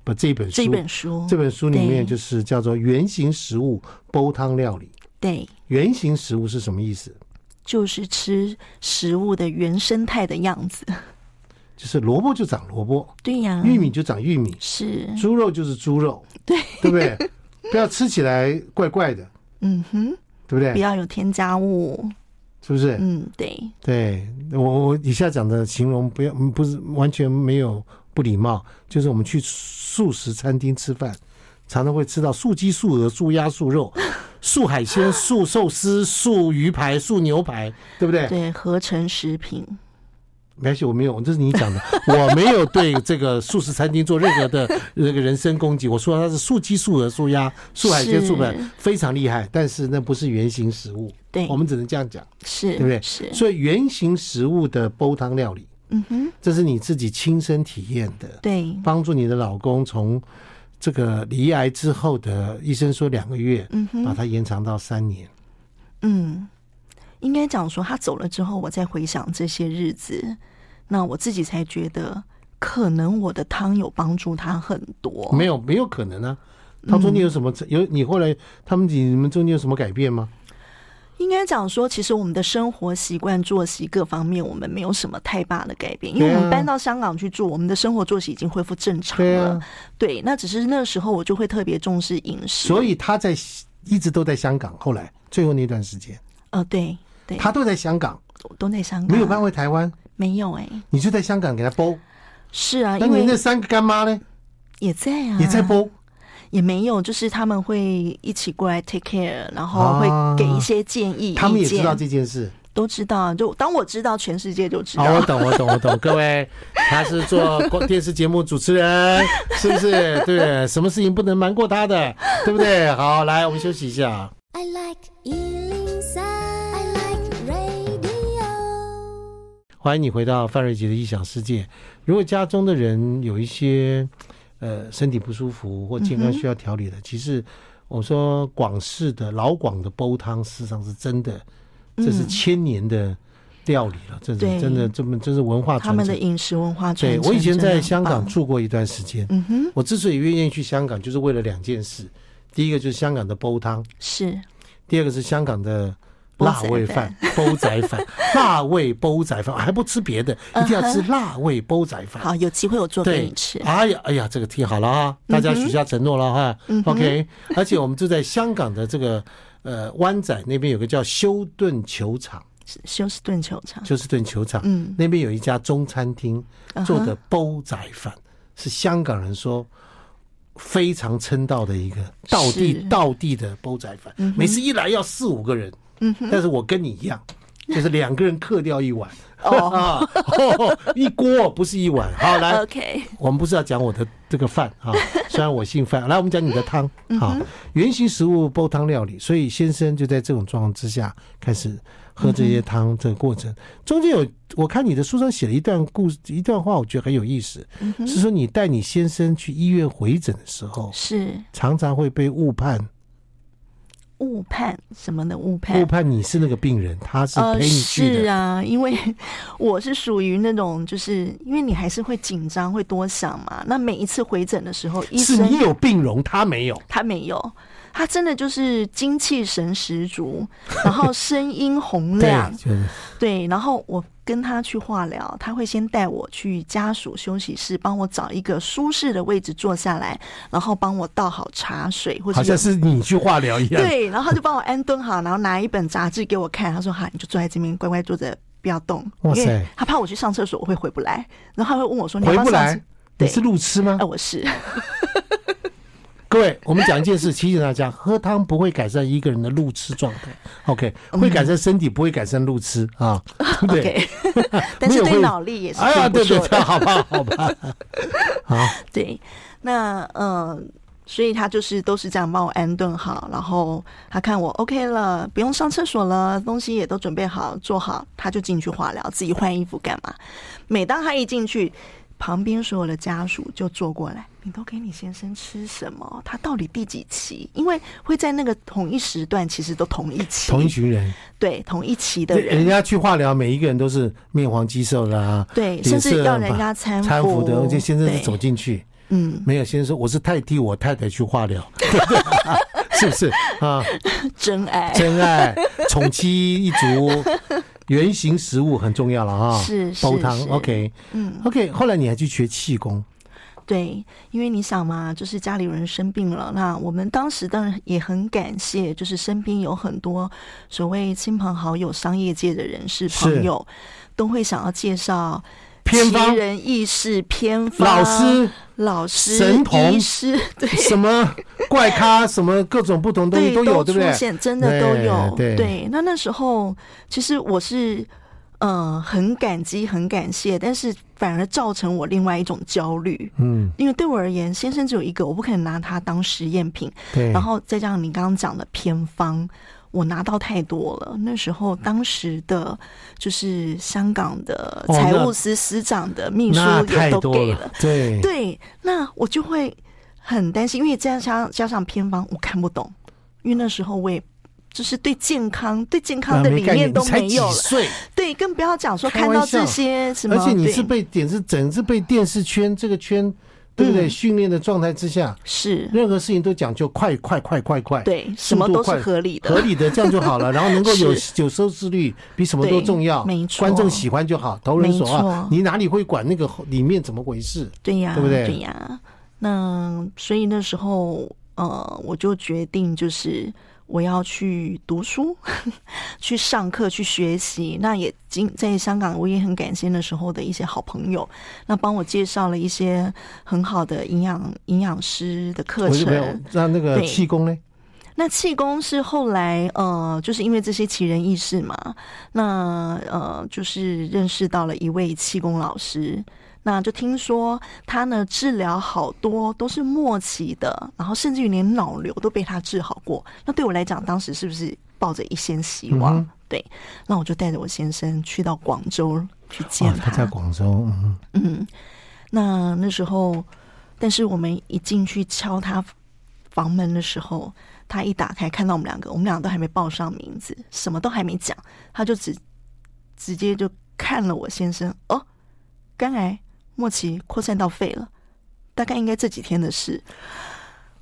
Speaker 1: 不这一本书，
Speaker 2: 这本书，
Speaker 1: 这本书里面
Speaker 2: 对
Speaker 1: 就是叫做原型食物煲汤料理。
Speaker 2: 对，
Speaker 1: 原型食物是什么意思？
Speaker 2: 就是吃食物的原生态的样子。
Speaker 1: 就是萝卜就长萝卜，
Speaker 2: 对呀、
Speaker 1: 玉米就长玉米，
Speaker 2: 是，
Speaker 1: 猪肉就是猪肉，
Speaker 2: 嗯对
Speaker 1: 对不对？ 不要吃起来怪怪的，
Speaker 2: 嗯哼，
Speaker 1: 对不
Speaker 2: 不
Speaker 1: 对？
Speaker 2: 要有添加物。
Speaker 1: 是不是？
Speaker 2: 嗯，对，
Speaker 1: 对我我以下讲的形容不要嗯不是完全没有不礼貌，就是我们去素食餐厅吃饭，常常会吃到素鸡、素鹅、素鸭、素 肉、素海鲜、素寿司、素鱼排、素牛排，对不对？
Speaker 2: 对，合成食品。
Speaker 1: 没关系，我没有，这是你讲的， 我没有对这个素食餐厅做任何的 那个人身攻击。我说它是素鸡、素鹅、素鸭、素海鲜、
Speaker 2: 是
Speaker 1: 素本，非常厉害，但是那不是原型食物，
Speaker 2: 对，
Speaker 1: 我们只能这样讲，
Speaker 2: 是，
Speaker 1: 对不对？
Speaker 2: 是，
Speaker 1: 所以原型食物的煲汤料理。
Speaker 2: 嗯哼，
Speaker 1: 这是你自己亲身体验的，
Speaker 2: 对，
Speaker 1: 帮助你的老公从这个离癌之后的医生说两个月，
Speaker 2: 嗯哼
Speaker 1: 把。它延长到三年。
Speaker 2: 嗯，应该讲说他走了之后，我再回想这些日子，那我自己才觉得，可能我的汤有帮助他很多。
Speaker 1: 没有，没有可能啊！
Speaker 2: 嗯
Speaker 1: 他中间有什么？有你后来他们你们中间有什么改变吗？
Speaker 2: 应该讲说，其实我们的生活习惯、作息各方面，我们没有什么太大的改变，因为
Speaker 1: 对啊
Speaker 2: 我们搬到香港去住，我们的生活作息已经恢复正常
Speaker 1: 对
Speaker 2: 了。
Speaker 1: 啊，
Speaker 2: 对，那只是那时候我就会特别重视饮食，
Speaker 1: 所以他在一直都在香港，后来最后那段时间
Speaker 2: 呃，对对，
Speaker 1: 他都在香港，
Speaker 2: 都在香港，
Speaker 1: 没有搬回台湾，
Speaker 2: 没有哎、
Speaker 1: 你就在香港给他煲。
Speaker 2: 是啊，
Speaker 1: 那
Speaker 2: 因
Speaker 1: 你
Speaker 2: 为
Speaker 1: 欸那三个干妈呢？
Speaker 2: 也在啊，
Speaker 1: 也在煲。
Speaker 2: 也没有，就是他们会一起过来 take care，然后会给一些建议，
Speaker 1: 啊他们也
Speaker 2: 意见
Speaker 1: 知道这件事。
Speaker 2: 都知道。就当我知道，全世界就 知
Speaker 1: 好，啊
Speaker 2: 道。
Speaker 1: 我懂，我懂，我懂。各位，他是做广电视节目主持人，是不 是？对，什么事情不能瞒过他的，对不对？好，来，我们休息一下。
Speaker 3: I like Ealing Sound. I like radio.
Speaker 1: 欢迎你回到范瑞杰的异想世界。如果家中的人有一些呃身体不舒服或健康需要调理
Speaker 2: 嗯
Speaker 1: 的，其实我说广式的老广的煲汤，事实上是真的，这是千年的料理了，这是
Speaker 2: 嗯对
Speaker 1: 真的，这么这是文化
Speaker 2: 他
Speaker 1: 传
Speaker 2: 们的
Speaker 1: 承。
Speaker 2: 饮食文化传
Speaker 1: 对
Speaker 2: 承，
Speaker 1: 我以前
Speaker 2: 真的
Speaker 1: 在
Speaker 2: 很
Speaker 1: 香港
Speaker 2: 棒，
Speaker 1: 住过一段时间，
Speaker 2: 嗯哼，
Speaker 1: 我之所以愿意去香港，就是为了两件事：第一个就是香港的煲汤，
Speaker 2: 是
Speaker 1: 第二个是香港的辣味饭、煲仔饭、辣味煲仔饭，还不吃别的，一定要吃辣味煲仔饭。
Speaker 2: 嗯好，有机会我做给
Speaker 1: 对
Speaker 2: 你吃，。嗯
Speaker 1: 哎呀，哎呀，这个听好了啊，大家许下承诺了哈。OK，而且我们就在香港的这个呃湾仔那边有个叫休顿球场，
Speaker 2: 休斯顿球 场，
Speaker 1: 休斯顿球场，
Speaker 2: 嗯
Speaker 1: 那边有一家中餐厅
Speaker 2: 嗯哼
Speaker 1: 做的煲仔饭，是香港人说非常称道的一个道地
Speaker 2: 是
Speaker 1: 道地的煲仔饭，每次一来要四五个人，
Speaker 2: 嗯
Speaker 1: 但是我跟你一样，就是两个人克掉一碗，
Speaker 2: 哦
Speaker 1: 啊， 哦一锅不是一碗。好，来，
Speaker 2: ，OK，
Speaker 1: 我们不是要讲我的这个饭 啊，虽然我姓范。来，我们讲你的汤
Speaker 2: 嗯
Speaker 1: 啊，原型食物煲汤料理，所以先生就在这种状况之下开始喝这些汤这个过程。中间有我看你的书上写了一段故事，一段话，我觉得很有意思，
Speaker 2: 嗯
Speaker 1: 是说你带你先生去医院回诊的时候，
Speaker 2: 是
Speaker 1: 常常会被误判，
Speaker 2: 误判什么的误判
Speaker 1: 误。判你是那个病人，他是
Speaker 2: 呃，
Speaker 1: 陪你去
Speaker 2: 哎是
Speaker 1: 的。
Speaker 2: 啊，因为 我是属于那种，就是因为你还是会紧张，会多想嘛。那每一次回诊的时候，医
Speaker 1: 是
Speaker 2: 生
Speaker 1: 你有病容，他没有。
Speaker 2: 他没有，他真的就是精气神十足，然后声音 洪
Speaker 1: 对
Speaker 2: 亮，，
Speaker 1: 就是
Speaker 2: 对，然后我跟他去化疗，他会先带我去家属休息室，帮我找一个舒适的位置坐下来，然后帮我倒好茶水，或者
Speaker 1: 好像是你去化疗一样。
Speaker 2: 对，然后他就帮我安顿好，然后拿一本杂志给我看，他说：“哈，你就坐在这边乖乖坐着，不要动。”
Speaker 1: 哇塞
Speaker 2: 因为他怕我去上厕所我会回不来，然后他会问我说：“你要
Speaker 1: 回
Speaker 2: 要
Speaker 1: 不
Speaker 2: 上
Speaker 1: 来嗯
Speaker 2: 厕？
Speaker 1: 你
Speaker 2: 对
Speaker 1: 是路痴吗
Speaker 2: 哎、？我是
Speaker 1: 各位，我们讲一件事，提醒大家：喝汤不会改善一个人的路痴状 态，OK，会改善身体，不会改善路痴啊，对不对？
Speaker 2: OK，但
Speaker 1: 没
Speaker 2: 是
Speaker 1: 有
Speaker 2: 对
Speaker 1: 会
Speaker 2: 脑力也是
Speaker 1: 哎呀，
Speaker 2: 挺不
Speaker 1: 对对
Speaker 2: 错
Speaker 1: 对，
Speaker 2: 的。
Speaker 1: 好吧，好吧， 啊好，
Speaker 2: 对，那呃，所以他就是都是这样帮我安顿好，然后他看我 OK 了，不用上厕所了，东西也都准备好做好，他就进去化疗，自己换衣服干嘛？每当他一进去，旁边所有的家属就坐过来，你都给你先生吃什么？他到底第几期？因为会在那个同一时段，其实都同一期，
Speaker 1: 同一群人，
Speaker 2: 对同一期的人
Speaker 1: 人。家去化疗，每一个人都是面黄肌瘦的啊，
Speaker 2: 对，
Speaker 1: 脸
Speaker 2: 甚至
Speaker 1: 色
Speaker 2: 要
Speaker 1: 很
Speaker 2: 人
Speaker 1: 白
Speaker 2: 家搀
Speaker 1: 搀扶的，而且先生是
Speaker 2: 对
Speaker 1: 走进去，
Speaker 2: 嗯，
Speaker 1: 没有先生说我是代替我太太去化 疗， 对不对是不是啊？
Speaker 2: 真爱
Speaker 1: 真爱、宠妻一族，原型食物很重要了哈。
Speaker 2: 是是
Speaker 1: 煲汤
Speaker 2: 是
Speaker 1: ，OK，嗯，OK。后来你还去学气功，
Speaker 2: 对，因为你想嘛，就是家里有人生病了，那我们当时当然也很感谢，就是身边有很多所谓亲朋好友、商业界的人士
Speaker 1: 是
Speaker 2: 朋友，都会想要介绍
Speaker 1: 偏方
Speaker 2: 奇、人异士、偏方、
Speaker 1: 老、师
Speaker 2: 老师、
Speaker 1: 神童
Speaker 2: 医师， 对。
Speaker 1: 什么怪咖，什么各种不同东西
Speaker 2: 对，
Speaker 1: 都有，对不
Speaker 2: 出
Speaker 1: 对？
Speaker 2: 现，真的都有。
Speaker 1: 对对
Speaker 2: 那那时候其实我是呃很感激、很感谢，但是反而造成我另外一种焦虑。
Speaker 1: 嗯，
Speaker 2: 因为对我而言，先生只有一个，我不可能拿他当实验品。
Speaker 1: 对。
Speaker 2: 然后再加上你刚刚讲的偏方，我拿到太多了。那时候当时的就是香港的
Speaker 1: 哦
Speaker 2: 财
Speaker 1: 那
Speaker 2: 务司司长的秘书
Speaker 1: 那
Speaker 2: 也
Speaker 1: 太
Speaker 2: 都
Speaker 1: 多
Speaker 2: 给
Speaker 1: 了，对啊
Speaker 2: 对，那我就会很担心，因为加上加上偏方我看不懂，因为那时候我也。就是对健康、对健康
Speaker 1: 啊
Speaker 2: 的
Speaker 1: 没
Speaker 2: 理
Speaker 1: 概念
Speaker 2: 念都
Speaker 1: 你才
Speaker 2: 没有
Speaker 1: 几
Speaker 2: 了，
Speaker 1: 岁，
Speaker 2: 对，更不要讲说
Speaker 1: 开
Speaker 2: 看
Speaker 1: 玩
Speaker 2: 到这
Speaker 1: 笑
Speaker 2: 些什么，
Speaker 1: 而且你是
Speaker 2: 对
Speaker 1: 被点是整是被电视圈这个圈，对不
Speaker 2: 嗯
Speaker 1: 对？训练的状态之下，
Speaker 2: 是，
Speaker 1: 任何事情都讲究快快快快快，
Speaker 2: 对，什
Speaker 1: 速
Speaker 2: 么
Speaker 1: 度
Speaker 2: 都是
Speaker 1: 快
Speaker 2: 合理的，
Speaker 1: 合理的这样就好 了，然后能够有有收视率，比什么都重要，
Speaker 2: 对没错
Speaker 1: 观众喜欢就好，投人所
Speaker 2: 没
Speaker 1: 好
Speaker 2: 错。
Speaker 1: 你哪里会管那个后里面怎么回事？
Speaker 2: 对呀、
Speaker 1: 对不对
Speaker 2: 呀，那所以那时候，呃，我就决定就是我要去读书， 去上课，去学习。那也经在香港，我也很感谢那时候的一些好朋友，那帮我介绍了一些很好的营养营养师的课
Speaker 1: 我就没有
Speaker 2: 程。
Speaker 1: 让那个
Speaker 2: 对
Speaker 1: 气功呢？
Speaker 2: 那气功是后来呃，就是因为这些奇人异事嘛，那呃，就是认识到了一位气功老师。那就听说他呢治疗好多都是末期的，然后甚至于连脑瘤都被他治好过。那对我来讲，当时是不是抱着一线希望？
Speaker 1: 嗯
Speaker 2: 对，那我就带着我先生去到广州去见
Speaker 1: 哦，他在广州，嗯，
Speaker 2: 嗯，那那时候，但是我们一进去敲他房门的时候，他一打开看到我们两个，我们俩都还没报上名字，什么都还没讲，他就直直接就看了我先生，哦，肝癌末期扩散到肺了，大概应该这几天的事。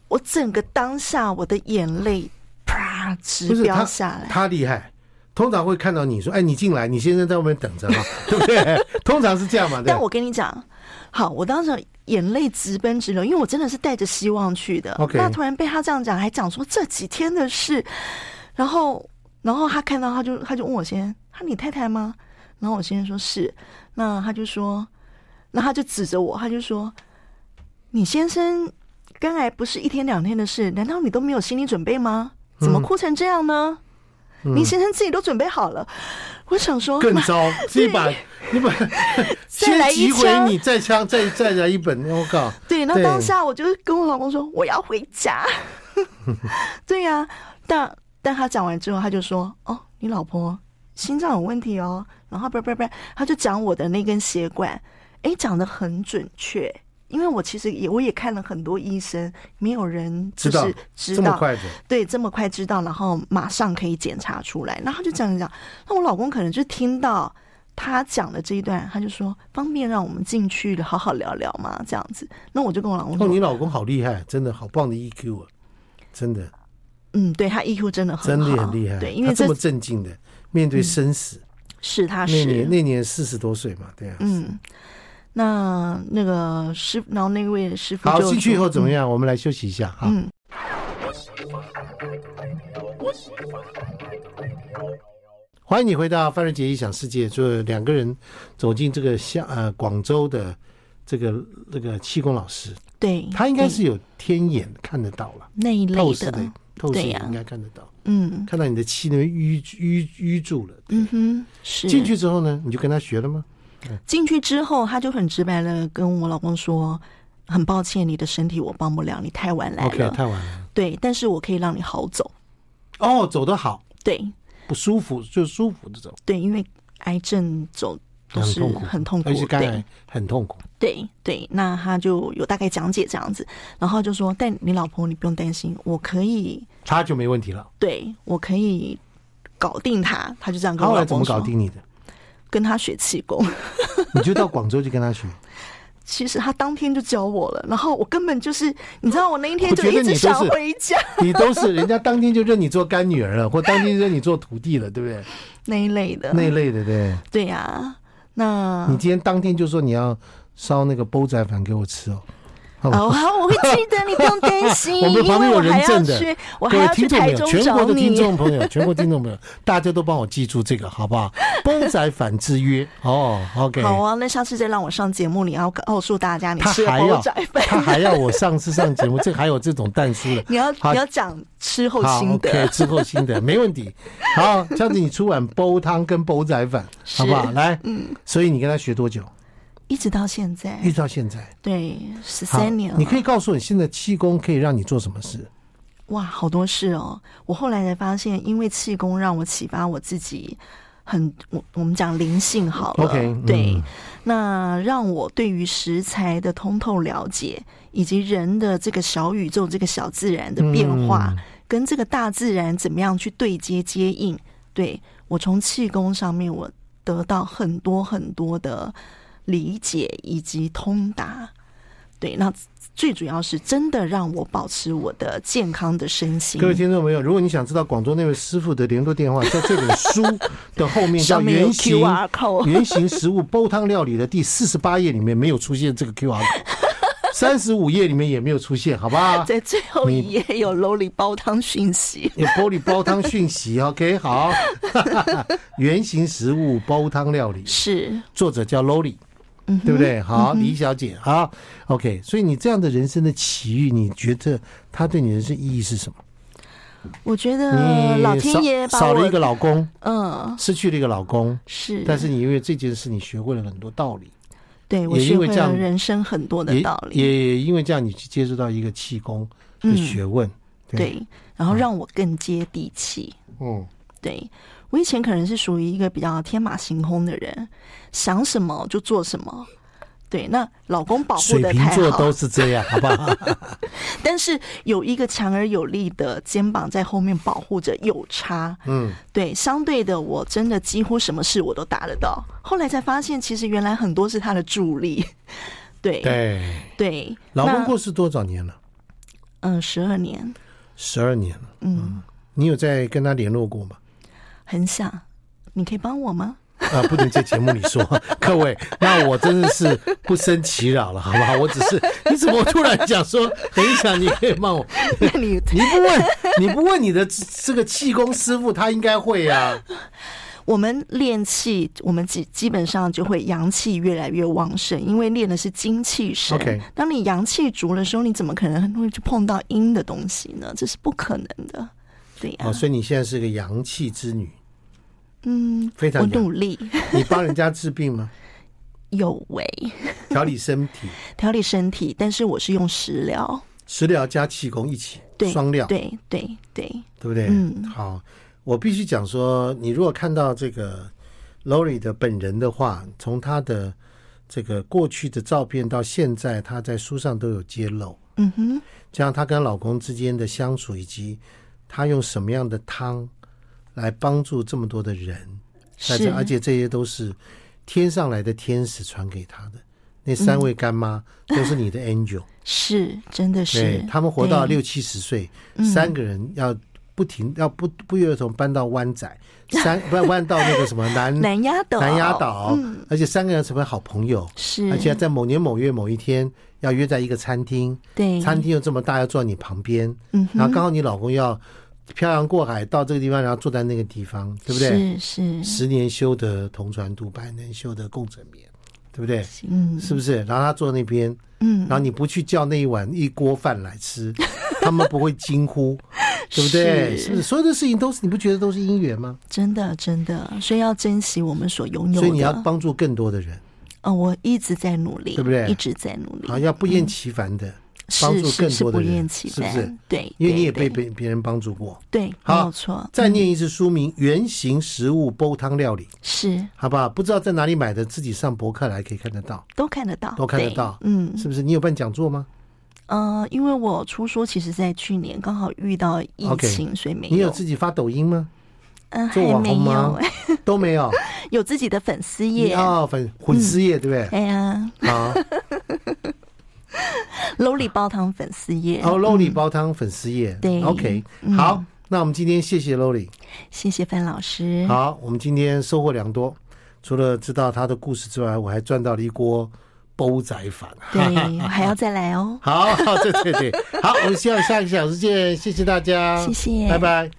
Speaker 2: 我整个当下，我的眼泪啪
Speaker 1: 不
Speaker 2: 直
Speaker 1: 是
Speaker 2: 飙
Speaker 1: 他
Speaker 2: 下来。
Speaker 1: 他厉害。通常会看到你说：“哎，你进来，你先生在外面等着嘛， 对不对？”通常是这样嘛，对
Speaker 2: 但。我跟你讲，好，我当时眼泪直奔直流，因为我真的是带着希望去的。
Speaker 1: OK
Speaker 2: 那突然被他这样讲，还讲说这几天的事，然后，然后他看到他就他就问我先生，他你太太吗？然后我先生说是，那他就说，那他就指着我，他就说，你先生肝癌不是一天两天的事，难道你都
Speaker 1: 嗯
Speaker 2: 没有心理准备吗？怎么哭成这样呢？你先生自己都准备好了，我想说，
Speaker 1: 更糟，这一 把你把先
Speaker 2: 来一
Speaker 1: 击毁
Speaker 2: 枪
Speaker 1: 你，再枪再再来一本，我靠！
Speaker 2: 对，那
Speaker 1: 对
Speaker 2: 当下我就跟我老公说我要回 家。 对呀、但但他讲完之后，他就说：“哦，你老婆心脏有问题哦。”然后不不不，他就讲我的那根血管，诶，讲的很准确。因为我其实也我也看了很多医生，没有人就
Speaker 1: 知道
Speaker 2: 是知
Speaker 1: 这么
Speaker 2: 道
Speaker 1: 快的，
Speaker 2: 对，这么快知道，然后马上可以检查出来。然后他就讲一讲，那我老公可能就听到他讲的这一段，他就说：“方便让我们进去好好聊聊吗？”这样子。那我就跟我老公
Speaker 1: 哦，
Speaker 2: 说：“
Speaker 1: 你老公好厉害，真的好棒的 EQ 啊，真的
Speaker 2: 嗯，对他 EQ 真的很
Speaker 1: 真的
Speaker 2: 好，
Speaker 1: 很厉害。
Speaker 2: 对，因
Speaker 1: 他
Speaker 2: 为
Speaker 1: 这
Speaker 2: 这
Speaker 1: 么镇静的面对生死，
Speaker 2: 是他
Speaker 1: 那年
Speaker 2: 是
Speaker 1: 那年四十多岁嘛，对啊。
Speaker 2: 嗯，那那个师，然后那位师傅
Speaker 1: 好，
Speaker 2: 就
Speaker 1: 进去以后
Speaker 2: 说
Speaker 1: 怎么样？我们来休息一下哈。
Speaker 2: 嗯，
Speaker 1: 欢迎你回到范瑞杰异想世界，就是两个人走进这个香呃广州的这个那个气功老师，
Speaker 2: 对
Speaker 1: 他应该
Speaker 2: 对
Speaker 1: 是有天眼看得到了，
Speaker 2: 那一
Speaker 1: 透
Speaker 2: 类
Speaker 1: 视的
Speaker 2: 的，嗯
Speaker 1: 透视
Speaker 2: 对
Speaker 1: 也
Speaker 2: 呀
Speaker 1: 应该看得到，
Speaker 2: 嗯
Speaker 1: 看到你的气那边淤淤淤住了。
Speaker 2: 嗯哼，是
Speaker 1: 进去之后呢，你就跟他学了吗？
Speaker 2: 进去之后，他就很直白的跟我老公说：“很抱歉，你的身体我帮不了，你太晚来
Speaker 1: OK，
Speaker 2: 了。
Speaker 1: 太晚了。
Speaker 2: 对，但是我可以让你好走。
Speaker 1: 哦，走得好，
Speaker 2: 对
Speaker 1: 不舒服就舒服的走，
Speaker 2: 对，因为癌症走都
Speaker 1: 很
Speaker 2: 是
Speaker 1: 痛苦，
Speaker 2: 很痛苦，
Speaker 1: 而且肝
Speaker 2: 对
Speaker 1: 癌很痛苦。
Speaker 2: 对对。那他就有大概讲解这样子，然后就说：但你老婆你不用担心，我可以，
Speaker 1: 他就没问题了。
Speaker 2: 对我可以搞定他。他就这样跟
Speaker 1: 后
Speaker 2: 我
Speaker 1: 来
Speaker 2: 老
Speaker 1: 怎么
Speaker 2: 公
Speaker 1: 搞
Speaker 2: 说，
Speaker 1: 定你的？
Speaker 2: 跟他学气功。
Speaker 1: 你就到广州去跟他学。
Speaker 2: 其实他当天就教我了，然后我根本就是，你知道，我那一天
Speaker 1: 我
Speaker 2: 就
Speaker 1: 觉得
Speaker 2: 一直
Speaker 1: 你都
Speaker 2: 想
Speaker 1: 是
Speaker 2: 回家。”
Speaker 1: 你都是人家当天就认你做干女儿了，或当天认你做徒弟了，对不 对？
Speaker 2: 那一类的，
Speaker 1: 那一类的，对。
Speaker 2: 对呀、那
Speaker 1: 你今天当天就说你要烧那个煲仔饭给我吃哦。好吧
Speaker 2: 哦，好，我会记得，你不用担心，
Speaker 1: 我们旁边
Speaker 2: 因为
Speaker 1: 有
Speaker 2: 我还
Speaker 1: 人
Speaker 2: 要
Speaker 1: 证的
Speaker 2: 去，我还
Speaker 1: 各位
Speaker 2: 要去
Speaker 1: 听众
Speaker 2: 台
Speaker 1: 朋友，
Speaker 2: 中
Speaker 1: 全
Speaker 2: 找
Speaker 1: 国的听
Speaker 2: 你。啊
Speaker 1: 众朋友， 全国听众朋友，大家都帮我记住这个好不 好？煲仔饭之约哦，OK。
Speaker 2: 好啊，那下次再让我上节目，你要告诉大家你
Speaker 1: 他
Speaker 2: 吃
Speaker 1: 还
Speaker 2: 猴
Speaker 1: 要
Speaker 2: 仔 饭，
Speaker 1: 他还要我上次上节目，这还有这种蛋书了。
Speaker 2: 你要
Speaker 1: 好
Speaker 2: 你要讲吃后
Speaker 1: 好
Speaker 2: 心
Speaker 1: ，OK，
Speaker 2: 得。
Speaker 1: 之后心 得没问题。好，下次你出碗煲汤跟煲仔饭，好不好？来，嗯，所以你跟他学多久？
Speaker 2: 一直到现在，
Speaker 1: 一直到现在
Speaker 2: 对，十
Speaker 1: 好
Speaker 2: 三年了。嗯
Speaker 1: 你可以告诉我，现在气功可以让你做什么事？
Speaker 2: 哇，好多事哦！我后来才发现，因为气功让我启发我自己很，我我们讲灵性好了
Speaker 1: OK，
Speaker 2: 对，
Speaker 1: 嗯
Speaker 2: 那让我对于食材的通透了解，以及人的这个小宇宙、这个小自然的变
Speaker 1: 嗯
Speaker 2: 化，跟这个大自然怎么样去对接接应，对我从气功上面我得到很多很多的理解以及通达。对，那最主要是真的让我保持我的健康的身心。
Speaker 1: 各位听众朋友，如果你想知道广州那位师傅的联络电话，在这本书的后面叫
Speaker 2: 上
Speaker 1: 《
Speaker 2: 面有
Speaker 1: 原型
Speaker 2: QR code
Speaker 1: 原型食物煲汤料理》的第四十八页里面没有出现这个 QR code，三十五页里面也没有出现，好吧？
Speaker 2: 在最后一页有楼里煲汤 讯息，
Speaker 1: 有玻璃煲汤讯息，OK，好。 原型食物煲汤料理，
Speaker 2: 是
Speaker 1: 作者叫 Loli，对
Speaker 2: 嗯
Speaker 1: 不对？好，李小姐，好，OK。所以你这样的人生的奇遇，你觉得它对你人生意义是什么？
Speaker 2: 我觉得
Speaker 1: 你
Speaker 2: 呃老天爷
Speaker 1: 少
Speaker 2: 把
Speaker 1: 少
Speaker 2: 我
Speaker 1: 了一个老公，
Speaker 2: 嗯
Speaker 1: 失去了一个老公，
Speaker 2: 是，
Speaker 1: 但是你因为这件事，你学会了很多道理，
Speaker 2: 对我
Speaker 1: 也
Speaker 2: 学
Speaker 1: 因为
Speaker 2: 会
Speaker 1: 这
Speaker 2: 了
Speaker 1: 样
Speaker 2: 人生很多的
Speaker 1: 也
Speaker 2: 道理，
Speaker 1: 也因为这样，你去接触到一个气功的
Speaker 2: 嗯
Speaker 1: 学问。对，
Speaker 2: 对，然后让我更接地气。
Speaker 1: 嗯，
Speaker 2: 对我以前可能是属于一个比较天马行空的人，想什么就做什么。对，那老公保护
Speaker 1: 水
Speaker 2: 的
Speaker 1: 瓶
Speaker 2: 太
Speaker 1: 座
Speaker 2: 好
Speaker 1: 都，是这样，好不 好？
Speaker 2: 但是有一个强而有力的肩膀在后面保护着，有差。
Speaker 1: 嗯，
Speaker 2: 对，相对的，我真的几乎什么事我都达得到。后来才发现，其实原来很多是他的助力。对
Speaker 1: 对。
Speaker 2: 对，
Speaker 1: 老公
Speaker 2: 那
Speaker 1: 过世多少年了？
Speaker 2: 嗯十二年，
Speaker 1: 十二年了。
Speaker 2: 嗯，
Speaker 1: 你有在跟他联络过吗？
Speaker 2: 很想，你可以帮我吗？
Speaker 1: 啊，不能在节目里说， 各位，那我真的是不胜其扰了，好不好？我只是，你怎么突然讲说，等一下你可以帮我？
Speaker 2: 那你
Speaker 1: 你不问，你不问你的这个气功师傅，他应该会啊呀、
Speaker 2: 我们练气，我们基基本上就会阳气越来越旺盛，因为练的是精气神。
Speaker 1: OK
Speaker 2: 当你阳气足的时候，你怎么可能会去碰到阴的东西呢？这是不可能的。对呀、
Speaker 1: 啊。哦，所以你现在是个阳气之女，
Speaker 2: 嗯，
Speaker 1: 非常
Speaker 2: 我
Speaker 1: 严
Speaker 2: 努力，
Speaker 1: 你帮人家治病吗？
Speaker 2: 有为
Speaker 1: 调理身体，
Speaker 2: 调理身体，但是我是用食疗，
Speaker 1: 食疗加气功一起，
Speaker 2: 对，
Speaker 1: 双料，
Speaker 2: 对对对，
Speaker 1: 对不对？
Speaker 2: 嗯
Speaker 1: 好，我必须讲说，你如果看到这个 Lori 的本人的话，从她的这个过去的照片到现在，她在书上都有揭露，
Speaker 2: 嗯哼，
Speaker 1: 加上她跟老公之间的相处，以及她用什么样的汤来帮助这么多的人，在
Speaker 2: 是
Speaker 1: 这，而且这些都是天上来的天使传给她的。那
Speaker 2: 嗯
Speaker 1: 三位干妈都是你的 angel，、
Speaker 2: 是真的是
Speaker 1: 对，他们活到
Speaker 2: 对嗯
Speaker 1: 六七十岁，三个人要不停要不不约而同搬到湾 仔，三不搬到那个什么南
Speaker 2: 南丫岛，嗯
Speaker 1: 南丫岛，而且三个人成为好朋友，
Speaker 2: 是，
Speaker 1: 而且在某年某月某一天要约在一个餐厅，
Speaker 2: 对，
Speaker 1: 餐厅又这么大，要坐在你旁边，
Speaker 2: 嗯哼
Speaker 1: 然后刚好你老公要漂洋过海到这个地方，然后坐在那个地方，对不对？
Speaker 2: 是是，
Speaker 1: 十年修得同船渡，百年修得共枕眠，对不对？
Speaker 2: 嗯
Speaker 1: 是不是？然后他坐那边，
Speaker 2: 嗯
Speaker 1: 然，后你不去叫那一碗一锅饭来 吃，他们不会惊呼，对不对？
Speaker 2: 是
Speaker 1: 是不是？所有的事情都是你不觉得都是因缘吗？
Speaker 2: 真的真的，所以要珍惜我们所拥有
Speaker 1: 所
Speaker 2: 的。
Speaker 1: 以你要帮助更多的人，
Speaker 2: 嗯，我一直在努力，
Speaker 1: 对不对
Speaker 2: 一直在努力，
Speaker 1: 啊，要不厌其烦
Speaker 2: 嗯
Speaker 1: 的帮
Speaker 2: 是
Speaker 1: 助
Speaker 2: 是
Speaker 1: 更
Speaker 2: 是
Speaker 1: 多
Speaker 2: 不
Speaker 1: 的
Speaker 2: 厌
Speaker 1: 人，
Speaker 2: 其
Speaker 1: 不
Speaker 2: 烦，
Speaker 1: 是？
Speaker 2: 对，
Speaker 1: 因为
Speaker 2: 对
Speaker 1: 你也被
Speaker 2: 对
Speaker 1: 别别人帮助过。
Speaker 2: 对，没
Speaker 1: 好
Speaker 2: 有错，
Speaker 1: 再念一次书名《原型食物煲汤料理》，
Speaker 2: 是
Speaker 1: 好不好？不知道在哪里买的，自己上博客来可以看得到，
Speaker 2: 都看得到，
Speaker 1: 都看得
Speaker 2: 对
Speaker 1: 到
Speaker 2: 嗯
Speaker 1: 是不是？你有办讲座吗？
Speaker 2: 呃，因为我出书，其实在去年刚好遇到疫
Speaker 1: OK，
Speaker 2: 情，所以没
Speaker 1: 你有自己发抖音吗？
Speaker 2: 嗯，还
Speaker 1: 做网
Speaker 2: 没
Speaker 1: 红
Speaker 2: 有
Speaker 1: 吗，都没 有。
Speaker 2: 哎有自己的粉丝
Speaker 1: 你
Speaker 2: 页。
Speaker 1: 哦，粉混丝业对不对？
Speaker 2: 哎呀
Speaker 1: 好，
Speaker 2: ，Lowly 煲汤粉丝页，
Speaker 1: 哦 l o l i 煲汤粉丝页，
Speaker 2: 嗯对嗯
Speaker 1: ，OK，好，那我们今天谢谢 l o l i
Speaker 2: 谢谢范老师，
Speaker 1: 好，我们今天收获良多，除了知道他的故事之外，我还赚到了一锅煲仔饭。
Speaker 2: 对，我还要再来哦。
Speaker 1: 好，对对对，好，我们下下个小时见，谢谢大家，
Speaker 2: 谢谢
Speaker 1: 拜拜。